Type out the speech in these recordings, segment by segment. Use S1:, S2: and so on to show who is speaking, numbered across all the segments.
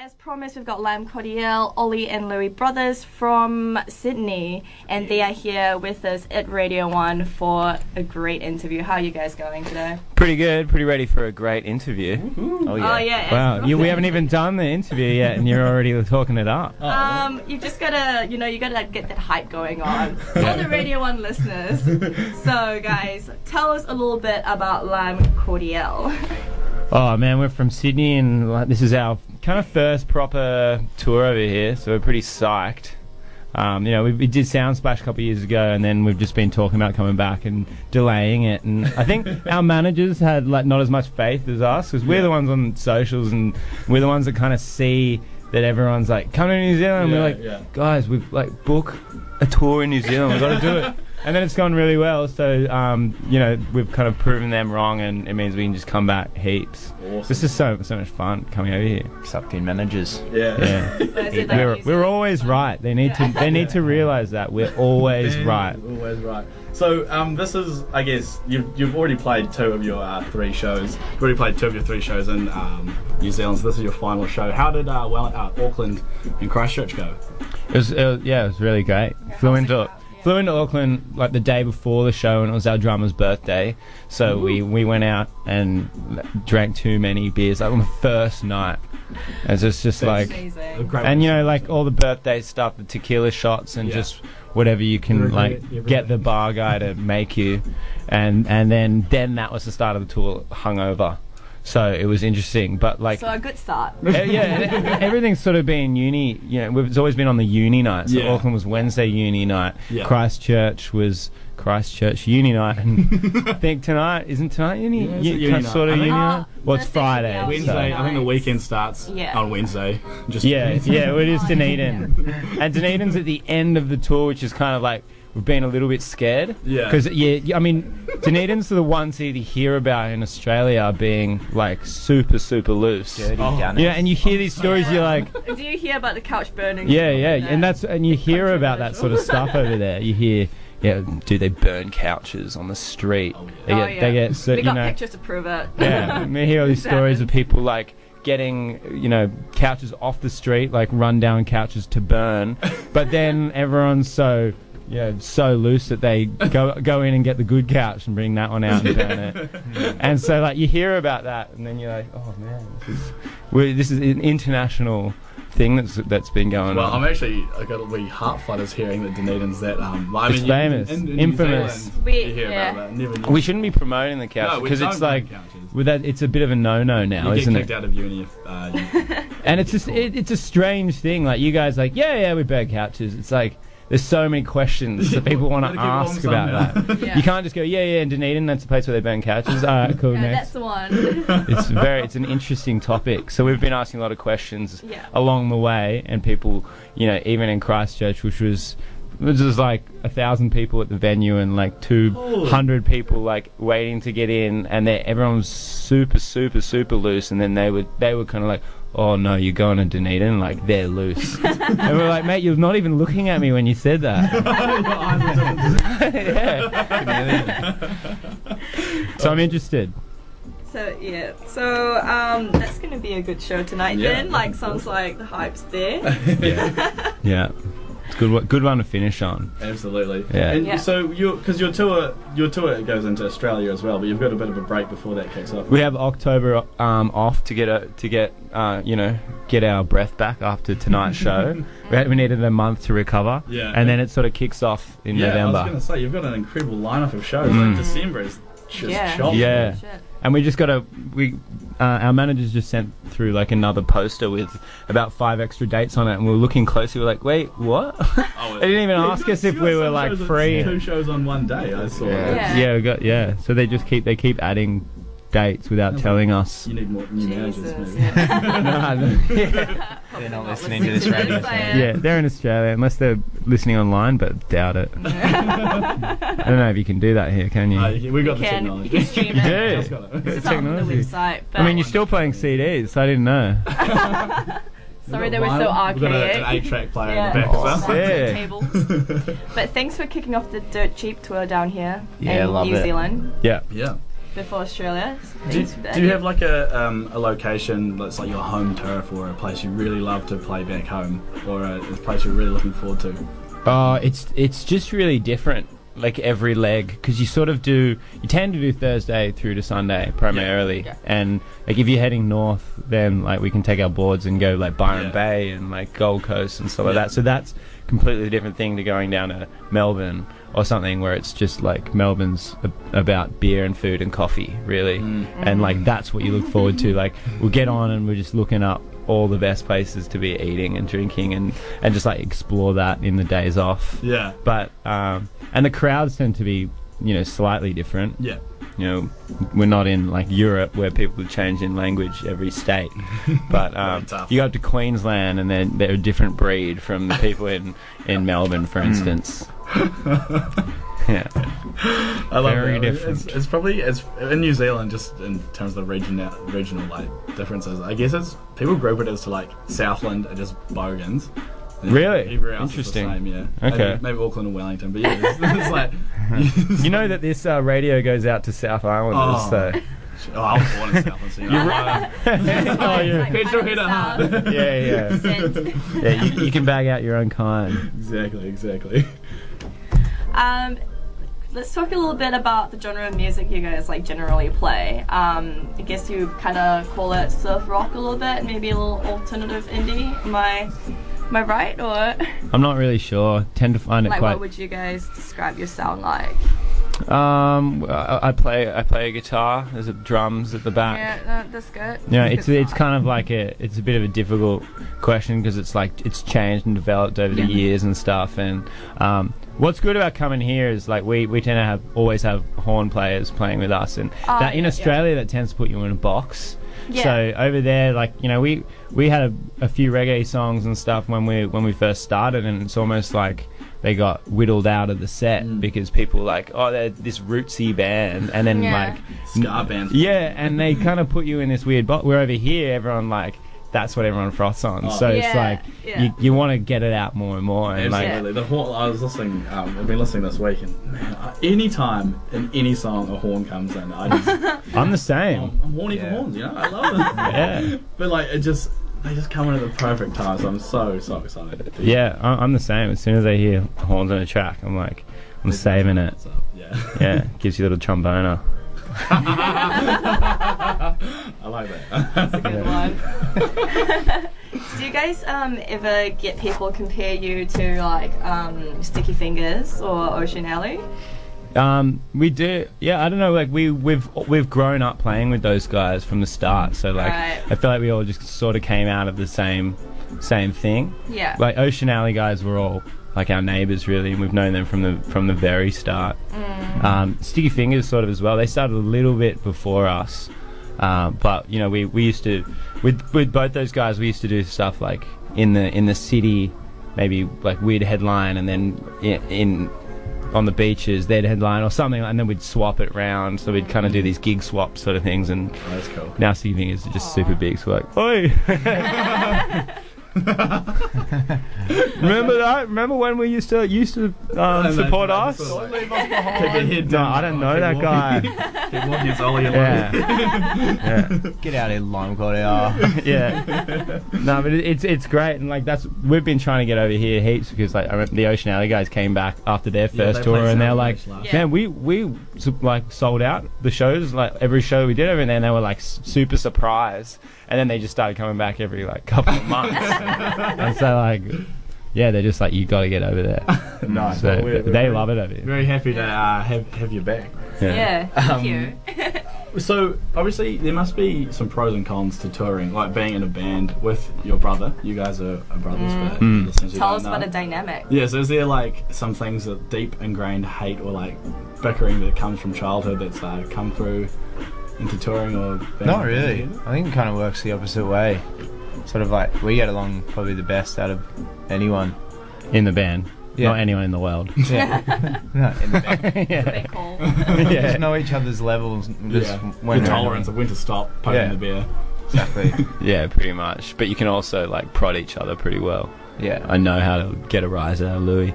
S1: as promised, we've got Lime Cordial, Ollie and Louis Brothers from Sydney, and they are here with us at Radio 1 for a great interview. How are you guys going today?
S2: Pretty good, pretty ready for a great interview. Oh
S1: Oh, yeah. as
S2: Wow, you, we
S1: promised.
S2: haven't even done the interview yet, and you're already talking it up.
S1: Um, you've just gotta, you know, you gotta like get that hype going on for the Radio One listeners. So, guys, tell us a little bit about Lime Cordial.
S2: Oh man, we're from Sydney, and like, this is our kind of first proper tour over here, so we're pretty psyched. Um, you know, we, we did Sound Splash a couple of years ago, and then we've just been talking about coming back and delaying it. And I think our managers had like not as much faith as us because we're the ones on socials, and we're the ones that kind of see that everyone's like, "Come to New Zealand."
S3: Yeah,
S2: we're like,
S3: yeah.
S2: "Guys, we've like book a tour in New Zealand. We've got to do it." And then it's gone really well, so um, you know we've kind of proven them wrong, and it means we can just come back heaps.
S3: Awesome.
S2: This is so so much fun coming over here.
S4: sucked in managers.
S3: Yeah.
S2: Yeah.
S1: Is it like
S2: we're,
S1: you
S2: we're
S1: said?
S2: always right. They need to they need to realize that we're always
S3: Ben
S2: right.
S3: is Always right. So um, this is, I guess, you've, you've already played two of your uh, three shows. You've already played two of your three shows in um, New Zealand. So this is your final show. How did uh, well, uh, Auckland and Christchurch go?
S2: It was, it was- yeah, it was really great. Flew into flew into Auckland like the day before the show, and it was our drummer's birthday. So we, we went out and drank too many beers like, on the first night. And it's just, just like
S1: Amazing.
S3: Great
S2: and you know like all the birthday stuff, the tequila shots, and
S3: Yeah.
S2: just whatever you can
S3: Everything-
S2: like
S3: everything.
S2: get the bar guy to make you, and and then then that was the start of the tour hungover. So it was interesting, but like
S1: So a good start.
S2: Eh, yeah, e- everything's sort of been uni. You know, we've- it's always been on the uni night. So
S3: Yeah.
S2: Auckland was Wednesday uni night.
S3: Yeah.
S2: Christchurch was Christchurch uni night, and I think tonight isn't tonight uni.
S3: Yeah, it's a
S2: uni-
S3: uni
S2: sort of
S3: night. I
S2: uni
S3: think-
S2: night.
S1: Oh,
S2: Well, it's
S1: Thursday should be
S2: Friday.
S1: out.
S2: so-
S3: Wednesday. I think the
S1: Nice.
S3: weekend starts
S1: Yeah.
S3: on Wednesday. Just
S2: Yeah, yeah, it
S1: Oh,
S2: is Dunedin, and Dunedin's at the end of the tour, which is kind of like. We've been a little bit scared,
S3: Yeah.
S2: Because yeah, I mean, Dunedin's the one city you hear about in Australia being like super, super loose.
S4: Dirty
S3: Oh.
S4: gunners.
S2: Yeah, and you hear these stories, you're like,
S1: Do you hear about the couch burning?
S2: Yeah, yeah, and that's and you hear about that sort of stuff over there. You hear, yeah, do they burn couches on the street? They
S1: Oh,
S2: get,
S1: yeah.
S2: they get, so,
S1: we
S2: you
S1: got
S2: know,
S1: pictures to prove it.
S2: yeah. We hear all these stories of people like getting, you know, couches off the street, like rundown couches to burn, but then everyone's so. Yeah, so loose that they go go in and get the good couch and bring that one out and burn it, and so like you hear about that and then you're like, oh man, this is we this is an international thing that's that's been going
S3: Well,
S2: on.
S3: I'm actually I got a wee heart flutters hearing that Dunedin's that. Um, I
S2: It's
S3: mean,
S2: famous.
S3: New
S2: Infamous.
S3: Zealand,
S1: We-
S3: you hear
S1: yeah.
S3: about that. Never knew.
S2: We shouldn't be promoting the couch
S3: No, we
S2: because
S3: don't
S2: it's like
S3: promote couches.
S2: with that, it's a bit of a no-no now,
S3: you get
S2: isn't
S3: kicked
S2: it?
S3: out of uni if uh, you,
S2: And it's just it, it's a strange thing. Like you guys, like yeah, yeah, we beg couches. It's like there's so many questions that people want
S3: Gotta
S2: to
S3: keep it on
S2: ask about
S3: somehow.
S2: that.
S1: Yeah.
S2: You can't just go yeah, yeah, in Dunedin, that's the place where they burn couches. All right, cool,
S1: Yeah, that's
S2: next.
S1: the one.
S2: It's very it's an interesting topic. So we've been asking a lot of questions
S1: Yeah.
S2: along the way, and people, you know, even in Christchurch, which was. Which was like a thousand people at the venue and like two hundred people like waiting to get in, and they, everyone was super, super, super loose. And then they were they were kind of like, "Oh no, you're going to Dunedin, like they're loose." and we're like, "Mate, you're not even looking at me when you said that." Yeah. so I'm interested.
S1: So yeah, so um, that's gonna be a good show tonight.
S3: Yeah,
S1: then, like, sounds like the hype's there.
S2: Yeah, yeah, it's a good one- good one to finish on.
S3: Absolutely.
S2: Yeah.
S3: And
S1: Yeah.
S3: so you because your tour your tour goes into Australia as well, but you've got a bit of a break before that kicks off.
S2: We have October um, off to get a, to get uh, you know get our breath back after tonight's show. we, had, we needed a month to recover,
S3: Yeah.
S2: and then it sort of kicks off in
S3: yeah, I was
S2: November. Mm.
S3: going to say you've got an incredible lineup of shows. Like December is just
S1: Yeah.
S3: chomping.
S2: Yeah,
S1: Shit.
S2: and we just got a we uh, our managers just sent through like another poster with about five extra dates on it, and we were looking closely. We are like, wait, what?
S3: Oh,
S2: they didn't even
S3: you
S2: ask
S3: got-
S2: us if
S3: you got
S2: we were
S3: some
S2: like
S3: shows that's
S2: free.
S3: Two shows on one day. I saw.
S4: Yeah.
S3: that.
S1: Yeah.
S2: yeah, we got yeah. So they just keep they keep adding dates without telling us.
S3: You need more new managers.
S1: Jesus.
S3: Maybe.
S1: Yeah.
S2: No, yeah.
S4: They're not
S1: Not
S4: listening to this radio
S1: station.
S2: Yeah, they're in Australia, unless they're listening online, but doubt it. I don't know if you can do that here, can you?
S3: Uh, yeah, we got the
S1: Can you can stream
S3: technology.
S2: You
S1: it?
S2: do.
S3: Just got it.
S1: It's not on the
S2: Technology.
S1: website. But
S2: I mean, you're still playing CDs, so I didn't know.
S1: sorry,
S3: We've
S1: they
S3: got
S1: were so
S3: vinyl, We've got a- an
S1: archaic.
S3: eight-track player
S1: Yeah.
S3: in the back
S2: Oh,
S3: as well.
S2: sick. Yeah.
S1: Tables.
S2: Oh,
S1: But thanks for kicking off the dirt cheap tour down here
S4: Yeah,
S1: in
S4: love
S1: New
S4: it.
S1: Zealand.
S2: Yeah.
S3: Yeah.
S1: before Australia.
S3: Do you, do you have like a, um, a location that's like your home turf or a place you really love to play back home or a, a place you're really looking forward to?
S2: Oh, it's it's just really different. Like every leg, because you sort of do, you tend to do Thursday through to Sunday primarily,
S1: Yeah.
S2: and like if you're heading north, then like we can take our boards and go like Byron
S3: Yeah.
S2: Bay and like Gold Coast and stuff like
S3: Yeah.
S2: that. So that's completely different thing to going down to Melbourne or something where it's just like Melbourne's a- about beer and food and coffee really,
S3: Mm.
S2: and like that's what you look forward to. Like we'll get on and we're just looking up all the best places to be eating and drinking and and just like explore that in the days off
S3: Yeah.
S2: but um, and the crowds tend to be you know slightly different
S3: Yeah.
S2: you know we're not in like europe where people change in language every state but um,
S3: tough.
S2: you go up to queensland and then they're a different breed from the people in in melbourne for instance yeah
S3: I love
S2: Very
S3: that.
S2: different.
S3: It's, it's probably it's in New Zealand just in terms of the regional regional like differences. I guess it's people group it as to like Southland are just bogans. And
S2: Really?
S3: Everywhere else is the
S2: Interesting.
S3: same, yeah.
S2: Okay.
S3: Maybe, maybe Auckland and Wellington, but yeah, it's, it's like
S2: you know that this uh, radio goes out to south islanders
S3: Oh.
S2: so
S3: Oh, I was born in Southland, so you know.
S2: oh yeah
S3: Petrol head at heart.
S2: yeah yeah yeah you, you can bag out your own kind
S3: Exactly, exactly.
S1: Um, let's talk a little bit about the genre of music you guys like generally play. Um, I guess you kind of call it surf rock a little bit, maybe a little alternative indie. Am I, am I right? Or
S2: i'm not really sure tend to find it
S1: like,
S2: quite
S1: what would you guys describe your sound like?
S2: Um, I, I play I play a guitar. There's a drums at the back.
S1: Yeah, that's good.
S2: Yeah, it's it's kind of like a it's a bit of a difficult question because it's like it's changed and developed over the years and stuff. And um, what's good about coming here is like we, we tend to have always have horn players playing with us, and
S1: Oh,
S2: that in
S1: yeah, yeah.
S2: Australia that tends to put you in a box.
S1: Yeah.
S2: So over there, like you know, we we had a, a few reggae songs and stuff when we when we first started, and it's almost like they got whittled out of the set
S1: Mm.
S2: because people like oh they're this rootsy band, and then
S1: Yeah.
S2: like
S3: Scar bands.
S2: yeah, and they kind of put you in this weird box. We're over here, everyone like that's what everyone froths on.
S3: Oh.
S2: So it's
S1: Yeah,
S2: like
S1: yeah.
S2: you, you want to get it out more and more. And like
S3: Absolutely. The horn. I was listening. Um, I've been listening this week, and man, I, any time in any song a horn comes in, I just
S2: I'm the same.
S3: I'm, I'm horny for
S4: Yeah.
S3: horns. You know, I love them.
S2: Yeah,
S3: But like, it just they just come in at the perfect time. So I'm so so excited.
S2: yeah, I- I'm the same. As soon as I hear horns on a track, I'm like, I'm saving it.
S3: So, yeah.
S2: Yeah, gives you a little tromboner.
S3: I like that.
S1: Good one. Do you guys um, ever get people compare you to like um, Sticky Fingers or Ocean Alley?
S2: Um, we do. Yeah, I don't know. Like we we've we've grown up playing with those guys from the start. So like,
S1: Right.
S2: I feel like we all just sort of came out of the same same thing.
S1: Yeah.
S2: Like Ocean Alley guys were all like our neighbours really, and we've known them from the from the very start. Um, Sticky Fingers sort of as well. They started a little bit before us, uh, but you know we, we used to with with both those guys we used to do stuff like in the in the city, maybe like we'd headline and then in. in on the beaches, they'd headline or something, and then we'd swap it round. So we'd kind of do these gig swap sort of things, and
S3: Oh, That's cool.
S2: now Sticky Fingers are just super big. So like, oi! remember that? Remember when we used to used to um, support us?
S3: Keep
S2: No,
S3: your head down.
S2: I don't know
S3: Keep
S2: that
S3: walking.
S2: guy.
S3: Keep walking. It's all you
S2: Yeah, yeah,
S4: Get out of here, Lime God Hour.
S2: yeah. No, but it, it's it's great, and like that's we've been trying to get over here heaps because like I remember the Ocean Alley guys came back after their
S3: Yeah,
S2: first
S3: they
S2: tour,
S3: played
S2: and they're
S3: Soundwave
S2: like,
S3: last-
S1: Yeah.
S2: man, we we su- like sold out the shows, like every show we did over there, and they were like s- super surprised, and then they just started coming back every like couple of months, and so like, yeah, they're just like you got to get over there.
S3: Nice.
S2: So
S3: Well, we're-
S2: they
S3: we're very-
S2: love it over here.
S3: Very happy to uh, have have you back.
S1: yeah, thank
S3: Um,
S1: you.
S3: So obviously there must be some pros and cons to touring, like being in a band with your brother. You guys are, are brothers, but
S2: Hmm.
S3: listeners who
S1: Mm. Tell
S3: don't
S1: us about
S3: know.
S1: a dynamic.
S3: Yeah, so is there like some things that deep ingrained hate or like bickering that comes from childhood that's uh, come through into touring or? being-
S4: Not really. I think it kind of works the opposite way. Sort of like we get along probably the best out of anyone.
S2: in the band,
S4: Yeah.
S2: not anyone in the world.
S4: Yeah. no, in the band.
S1: Big
S2: yeah.
S1: call.
S4: We just
S2: yeah,
S4: know each other's levels. and Just
S3: Yeah,
S4: when
S3: the
S4: we're-
S3: tolerance of when to stop poking
S4: Yeah.
S3: the beer.
S4: Exactly.
S2: yeah, pretty much. But you can also like prod each other pretty well.
S4: Yeah.
S2: I know how to get a rise out of Louis.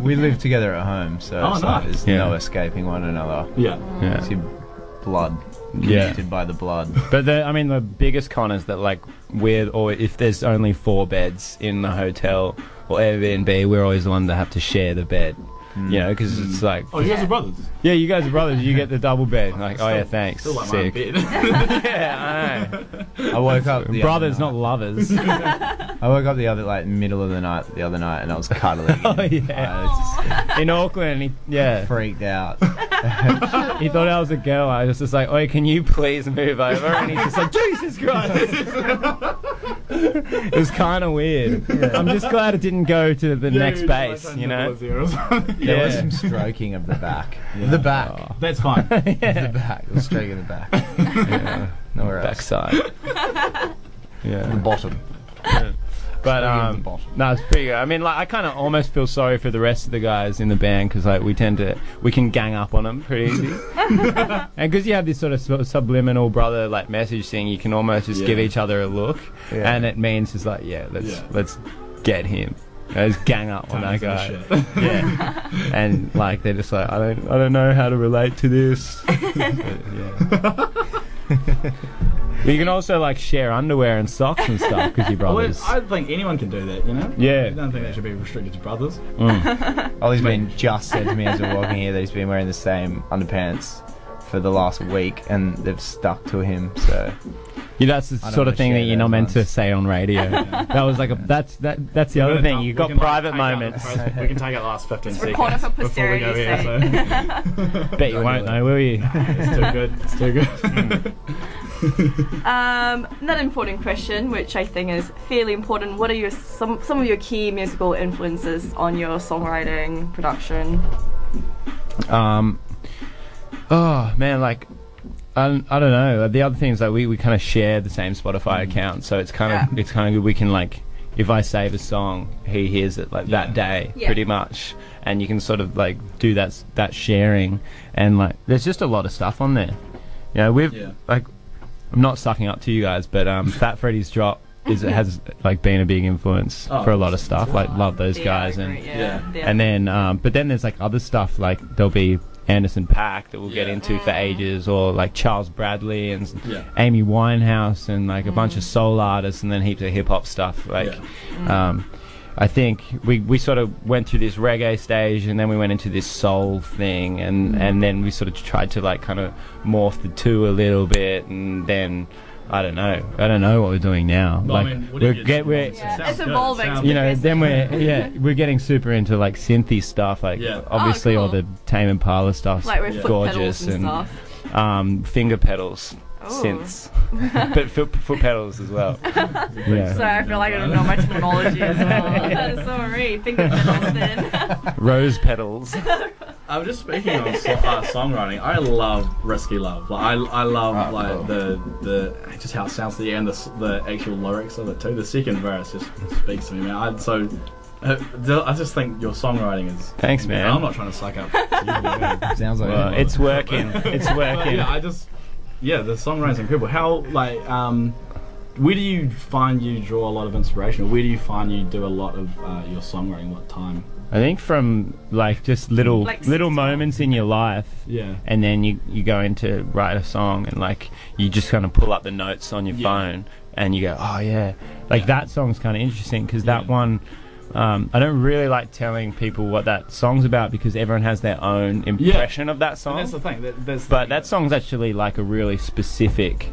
S4: we live together at home, so
S3: Oh,
S4: it's like
S3: nice.
S4: there's
S2: Yeah.
S1: Oh,
S4: no escaping one another.
S3: Yeah,
S2: Yeah.
S4: So you blood,
S2: Yeah.
S4: connected by the blood.
S2: But the, I mean, the biggest con is that like we're or if there's only four beds in the hotel or Airbnb, we're always the one that have to share the bed.
S3: Mm.
S2: You know, because it's like,
S3: Oh, you guys are brothers.
S2: yeah, you guys are brothers. You get the double bed. Like, oh yeah,
S3: Still-
S2: thanks.
S3: Still like
S2: Sick.
S3: my own bed.
S2: Yeah, I know.
S4: I woke up the
S2: brothers,
S4: other night-
S2: not lovers.
S4: I woke up the other like middle of the night the other night and I was cuddling.
S2: Oh,
S4: him.
S2: yeah.
S4: I was
S2: in Auckland, he,
S4: just
S2: yeah,
S4: freaked out.
S2: he thought I was a girl. I was just like, oh, can you please move over? And he's just like, Jesus Christ. it was kind of weird. I'm just glad it didn't go to the next
S3: Dude, like
S2: base, you
S3: double
S2: know.
S3: zero or something.
S4: There was
S2: Yeah.
S4: some stroking of the back. Oh. The back.
S3: That's fine.
S4: The back. The stroking of the back. Yeah. Nowhere else.
S2: Backside. yeah.
S4: The bottom.
S2: But
S4: Stroking of the
S2: um,
S4: bottom.
S2: no, it's pretty good. I mean, like, I kind of almost feel sorry for the rest of the guys in the band because, like, we tend to we can gang up on them pretty easy, and because you have this sort of sub- subliminal brother like message thing, you can almost just give
S3: Yeah.
S2: each other a look,
S4: Yeah.
S2: and it means it's like, yeah, let's
S3: Yeah.
S2: let's get him, let's gang up on that
S3: Tons of
S2: guy,
S3: shit.
S2: yeah, and like they're just like, I don't I don't know how to relate to this. But, yeah. you can also like share underwear and socks and stuff because you're
S3: Well,
S2: brothers.
S3: I think anyone can do that, you know?
S2: Yeah.
S3: I don't think that should be restricted to brothers.
S4: Ollie's been just said to me as we're walking here that he's been wearing the same underpants for the last week and they've stuck to him, so
S2: Yeah, that's the sort
S4: don't
S2: of
S4: wanna
S2: thing that
S4: share
S2: you're not
S4: those
S2: meant to
S4: ones.
S2: say on radio. that was like a that's that that's the other thing.
S3: We
S2: You got
S3: can, like,
S2: private
S3: take out the
S2: moments.
S3: first- we can take our last 15 seconds.
S1: recorded for
S3: before we go here,
S1: posterity's
S3: so-
S2: Bet you won't though, will you?
S3: it's too good. It's too good.
S1: Um, another important question, which I think is fairly important. What are your some some of your key musical influences on your songwriting production?
S2: Um, oh man, like I, don't- I don't know. The other thing is that we, we kind of share the same Spotify account, so it's kind of
S1: Mm. Yeah.
S2: it's kind of good. We can like if I save a song, he hears it like
S3: Yeah.
S2: that day,
S1: Yeah.
S2: pretty much, and you can sort of like do that s- that sharing and like there's just a lot of stuff on there. You know, we've
S3: Yeah.
S2: like I'm not sucking up to you guys, but um, Fat Freddy's drop. Is, has like been a big influence
S3: Oh,
S2: for a lot of stuff. Like love those
S1: Yeah,
S2: guys
S1: I
S2: and
S1: agree, yeah,
S3: yeah.
S1: they are-
S2: and then, um, but then there's like other stuff like there'll be Anderson Pack that we'll get
S3: Yeah. Mm-hmm.
S2: into for ages, or like Charles Bradley and s-
S3: Yeah.
S2: Amy Winehouse and like a
S3: Mm-hmm.
S2: bunch of soul artists, and then heaps of hip hop stuff. Like,
S3: Mm-hmm.
S2: um, I think we, we sort of went through this reggae stage, and then we went into this soul thing, and
S3: Mm-hmm.
S2: and then we sort of tried to like kind of morph the two a little bit, and then. I don't know. I don't know what we're doing now.
S3: Well, I
S2: like
S3: mean, what do
S2: we're
S3: you-
S2: get, we're,
S1: Yeah,
S3: Sounds
S1: it's
S3: good.
S1: evolving.
S3: Sounds-
S1: to
S2: you know,
S1: progress.
S2: then we're yeah, we're getting super into like synthy stuff, like
S3: Yeah.
S2: obviously
S1: Oh,
S2: all
S1: cool.
S2: the Tame Impala stuff,
S1: like with
S3: Yeah.
S1: foot
S2: gorgeous
S1: pedals and, stuff.
S2: um, finger pedals,
S1: Oh.
S2: synths, but foot, foot pedals as well. yeah,
S1: So I feel like I don't know my terminology as well. Sorry, finger pedals then.
S2: rose pedals.
S3: I'm just speaking on so- uh, songwriting. I love risky love. Like I, I love
S4: Oh,
S3: like
S4: cool.
S3: the the just how it sounds to the end. The, s- the actual lyrics of it too. The second verse just speaks to me, man. I, so uh, the- I just think your songwriting is.
S2: Thanks, man.
S3: I'm not trying to suck up. to you, man.
S4: sounds like
S2: Well, it's working. It's
S3: But,
S2: working.
S3: yeah, I just yeah, the songwriting's incredible. How like um, where do you find you draw a lot of inspiration? Or where do you find you do a lot of uh, your songwriting? What time?
S2: I think from like just little
S1: Like
S2: little
S1: synth.
S2: moments in your life
S3: Yeah.
S2: and then you, you go in to write a song and like you just kind of pull up the notes on your
S3: Yeah.
S2: phone and you go oh yeah like
S3: Yeah.
S2: that song's kind of interesting because that
S3: Yeah.
S2: one um, i don't really like telling people what that song's about because everyone has their own impression of that
S3: And
S2: song
S3: that's the thing. That, that's the
S2: but
S3: thing.
S2: that song's actually like a really specific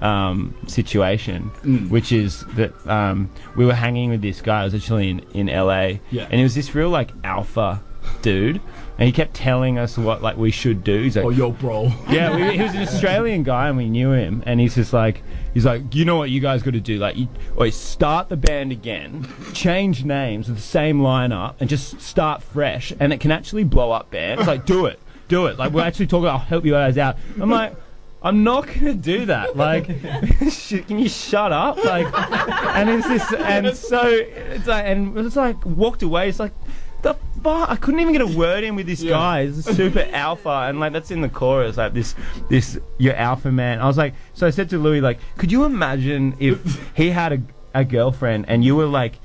S2: um, situation,
S3: Mm.
S2: which is that um, we were hanging with this guy. I was actually in, in LA,
S3: Yeah.
S2: and he was this real like alpha dude, and he kept telling us what like we should do. He's like,
S3: Oh, yo, bro.
S2: yeah, we, he was an Australian guy, and we knew him. And he's just like, he's like, you know what, you guys got to do, like, you, or start the band again, change names with the same lineup, and just start fresh. And it can actually blow up bands. Like, do it, do it. Like, we're actually talking. I'll help you guys out. I'm like. I'm not gonna do that. Like, sh- can you shut up? Like, and it's this, and so it's like, and it's like walked away. It's like, the fuck! I couldn't even get a word in with this
S3: Yeah.
S2: guy. He's super alpha, and like that's in the chorus. Like this, this your alpha man. I was like, so I said to Louis, like, could you imagine if he had a, a girlfriend and you were like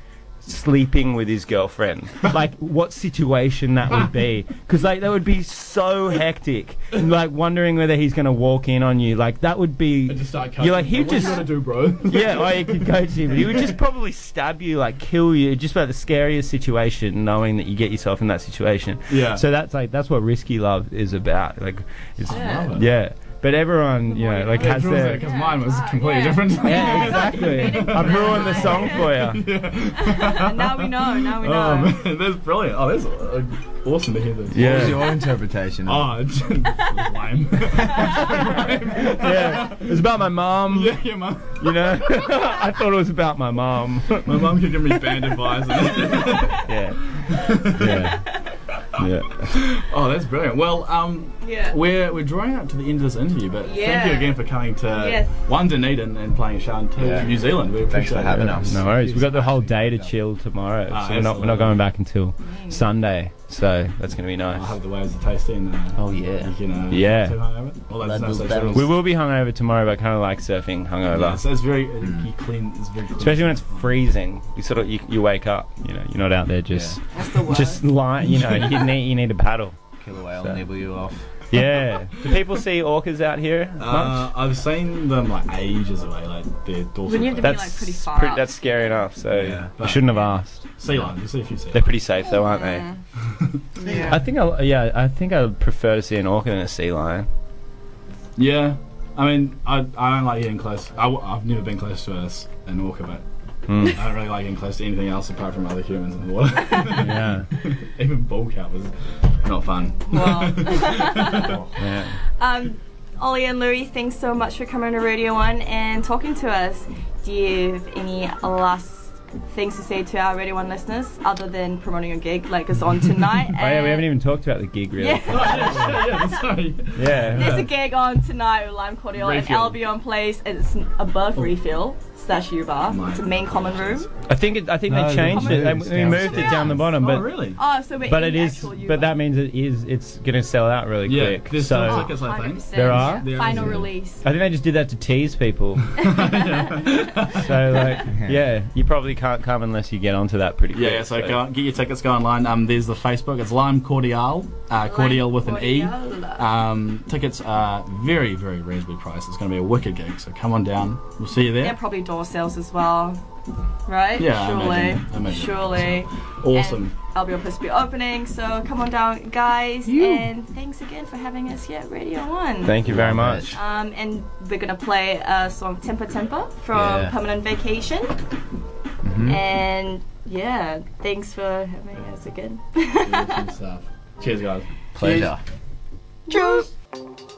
S2: sleeping with his girlfriend. like, what situation that would be? Because like that would be so hectic. And, like wondering whether he's going to walk in on you. Like that would be.
S5: and just start
S2: You're like,
S5: cussing.
S2: he
S5: what
S2: just.
S5: you gonna do, bro?
S2: yeah, or you could go to him. He would just probably stab you, like kill you. Just about the scariest situation, knowing that you get yourself in that situation.
S3: Yeah.
S2: So that's like that's what risky love is about. Like, it's,
S1: Yeah.
S2: yeah. But everyone, you know, like
S5: Yeah,
S2: has
S5: Jules
S2: their.
S5: there, 'cause mine was completely
S1: Oh, Yeah.
S5: different.
S2: Yeah, exactly. I've ruined the song for you.
S1: And now we know. Now we know.
S2: Um,
S3: Oh man, that's brilliant. Oh, that's uh, awesome to hear this.
S2: Yeah.
S4: What was your interpretation? of
S3: Oh, it's it's lame.
S2: Yeah, it was about my mom.
S3: yeah, yeah, mum.
S2: You know, I thought it was about my mom.
S3: My mum could give me band advice. And
S2: yeah,
S4: yeah.
S2: yeah.
S3: oh, that's brilliant. Well, um,
S1: yeah.
S3: we're we're drawing up to the end of this interview, but
S1: Yeah.
S3: thank you again for coming to
S1: Yes.
S3: one Dunedin and playing Shan to
S4: Yeah.
S3: New Zealand. We
S4: Thanks for
S3: appreciate
S4: having
S3: it.
S4: us.
S2: No worries. We've got the whole day to chill tomorrow,
S3: Ah,
S2: so we're not, we're not
S3: absolutely.
S2: going back until Sunday. So that's gonna be
S3: I'll
S2: nice.
S3: have the waves of tasting. Uh,
S2: Oh, yeah.
S3: you can, uh,
S2: Yeah.
S3: say hi over. Well, that's
S4: Red
S3: nice,
S4: Bull
S3: that's
S4: barrels.
S2: We will be hungover tomorrow, but I kind of like surfing
S3: Yeah,
S2: hungover,
S3: so it's very uh, you clean. It's very clean.
S2: especially when it's freezing. You sort of you, you wake up, you know, you're not out there just
S1: That's the worst.
S2: just lying. You know, you need you need a paddle.
S4: Killer whale
S2: So-
S4: nibble you off.
S2: Yeah. Do people see orcas out here much?
S3: Uh, I've seen them like ages away, like their dorsal.
S1: When you have to be,
S3: fin.
S1: like, pretty far up.
S2: that's scary enough. So
S3: Yeah,
S2: I
S3: but-
S2: shouldn't have asked.
S3: sea lions, you see a few sea
S2: They're pretty safe though, aren't they?
S1: yeah.
S2: I think I yeah I think I would prefer to see an orca than a sea lion.
S3: lions. Yeah, I mean, I, I don't like getting close. I, have never been close to a, s- an orca, but
S2: Mm.
S3: I don't really like getting close to anything else apart from other humans in the water.
S2: Yeah.
S3: Even bull cat was not fun.
S1: Well.
S2: yeah.
S1: Um, Ollie and Louis, thanks so much for coming to Radio One and talking to us. Do you have any last things to say to our Radio One listeners other than promoting your gig like it's on tonight?
S2: Oh yeah, we haven't even talked about the gig really.
S1: Yeah.
S3: yeah, yeah, sorry.
S1: There's
S2: Yeah.
S1: a gig on tonight with Lime Cordial and
S3: Refill.
S1: Albion Place. It's above Refill, Statue Bar.
S3: Oh. My
S1: it's a main common room.
S2: I think it, I think
S4: No,
S2: they
S4: they
S2: changed it. They,
S4: moved
S2: we moved it
S1: downstairs.
S2: down the bottom, but
S3: oh really?
S1: Oh, so we're
S2: but
S1: in
S2: it
S1: the
S2: is
S1: actual
S2: but
S1: U-Bar.
S2: that means it is it's gonna sell out really
S3: Yeah,
S2: quick.
S3: this
S2: So
S3: sounds
S1: Oh,
S3: like it's, I think.
S1: 100%.
S2: There are?
S3: There
S1: Final
S3: is, yeah.
S1: release.
S2: I think they just did that to tease people. so like yeah, you probably can't come unless you get onto that pretty quick.
S3: Yeah, yeah, so
S2: uh,
S3: go, get your tickets, go online. Um, there's the Facebook. It's Lime Cordial, uh, Cordial with an E.
S1: Cordial.
S3: Um, tickets are very, very reasonably priced. It's going to be a wicked gig, so come on down. We'll see you there.
S1: Yeah, probably door sales as well, right?
S3: Yeah, I
S1: surely,
S3: imagine- I imagine.
S1: surely.
S3: Awesome.
S1: And Albion Place will be opening, so come on down, guys. And thanks again for having us here at Radio One.
S2: Thank you very much.
S1: um, and we're gonna play a song "Temper Temper" from
S4: Yeah.
S1: Permanent Vacation.
S3: Mm-hmm.
S1: And yeah, thanks for having us again.
S3: Awesome stuff. Cheers, guys.
S4: Pleasure.
S1: Cheers.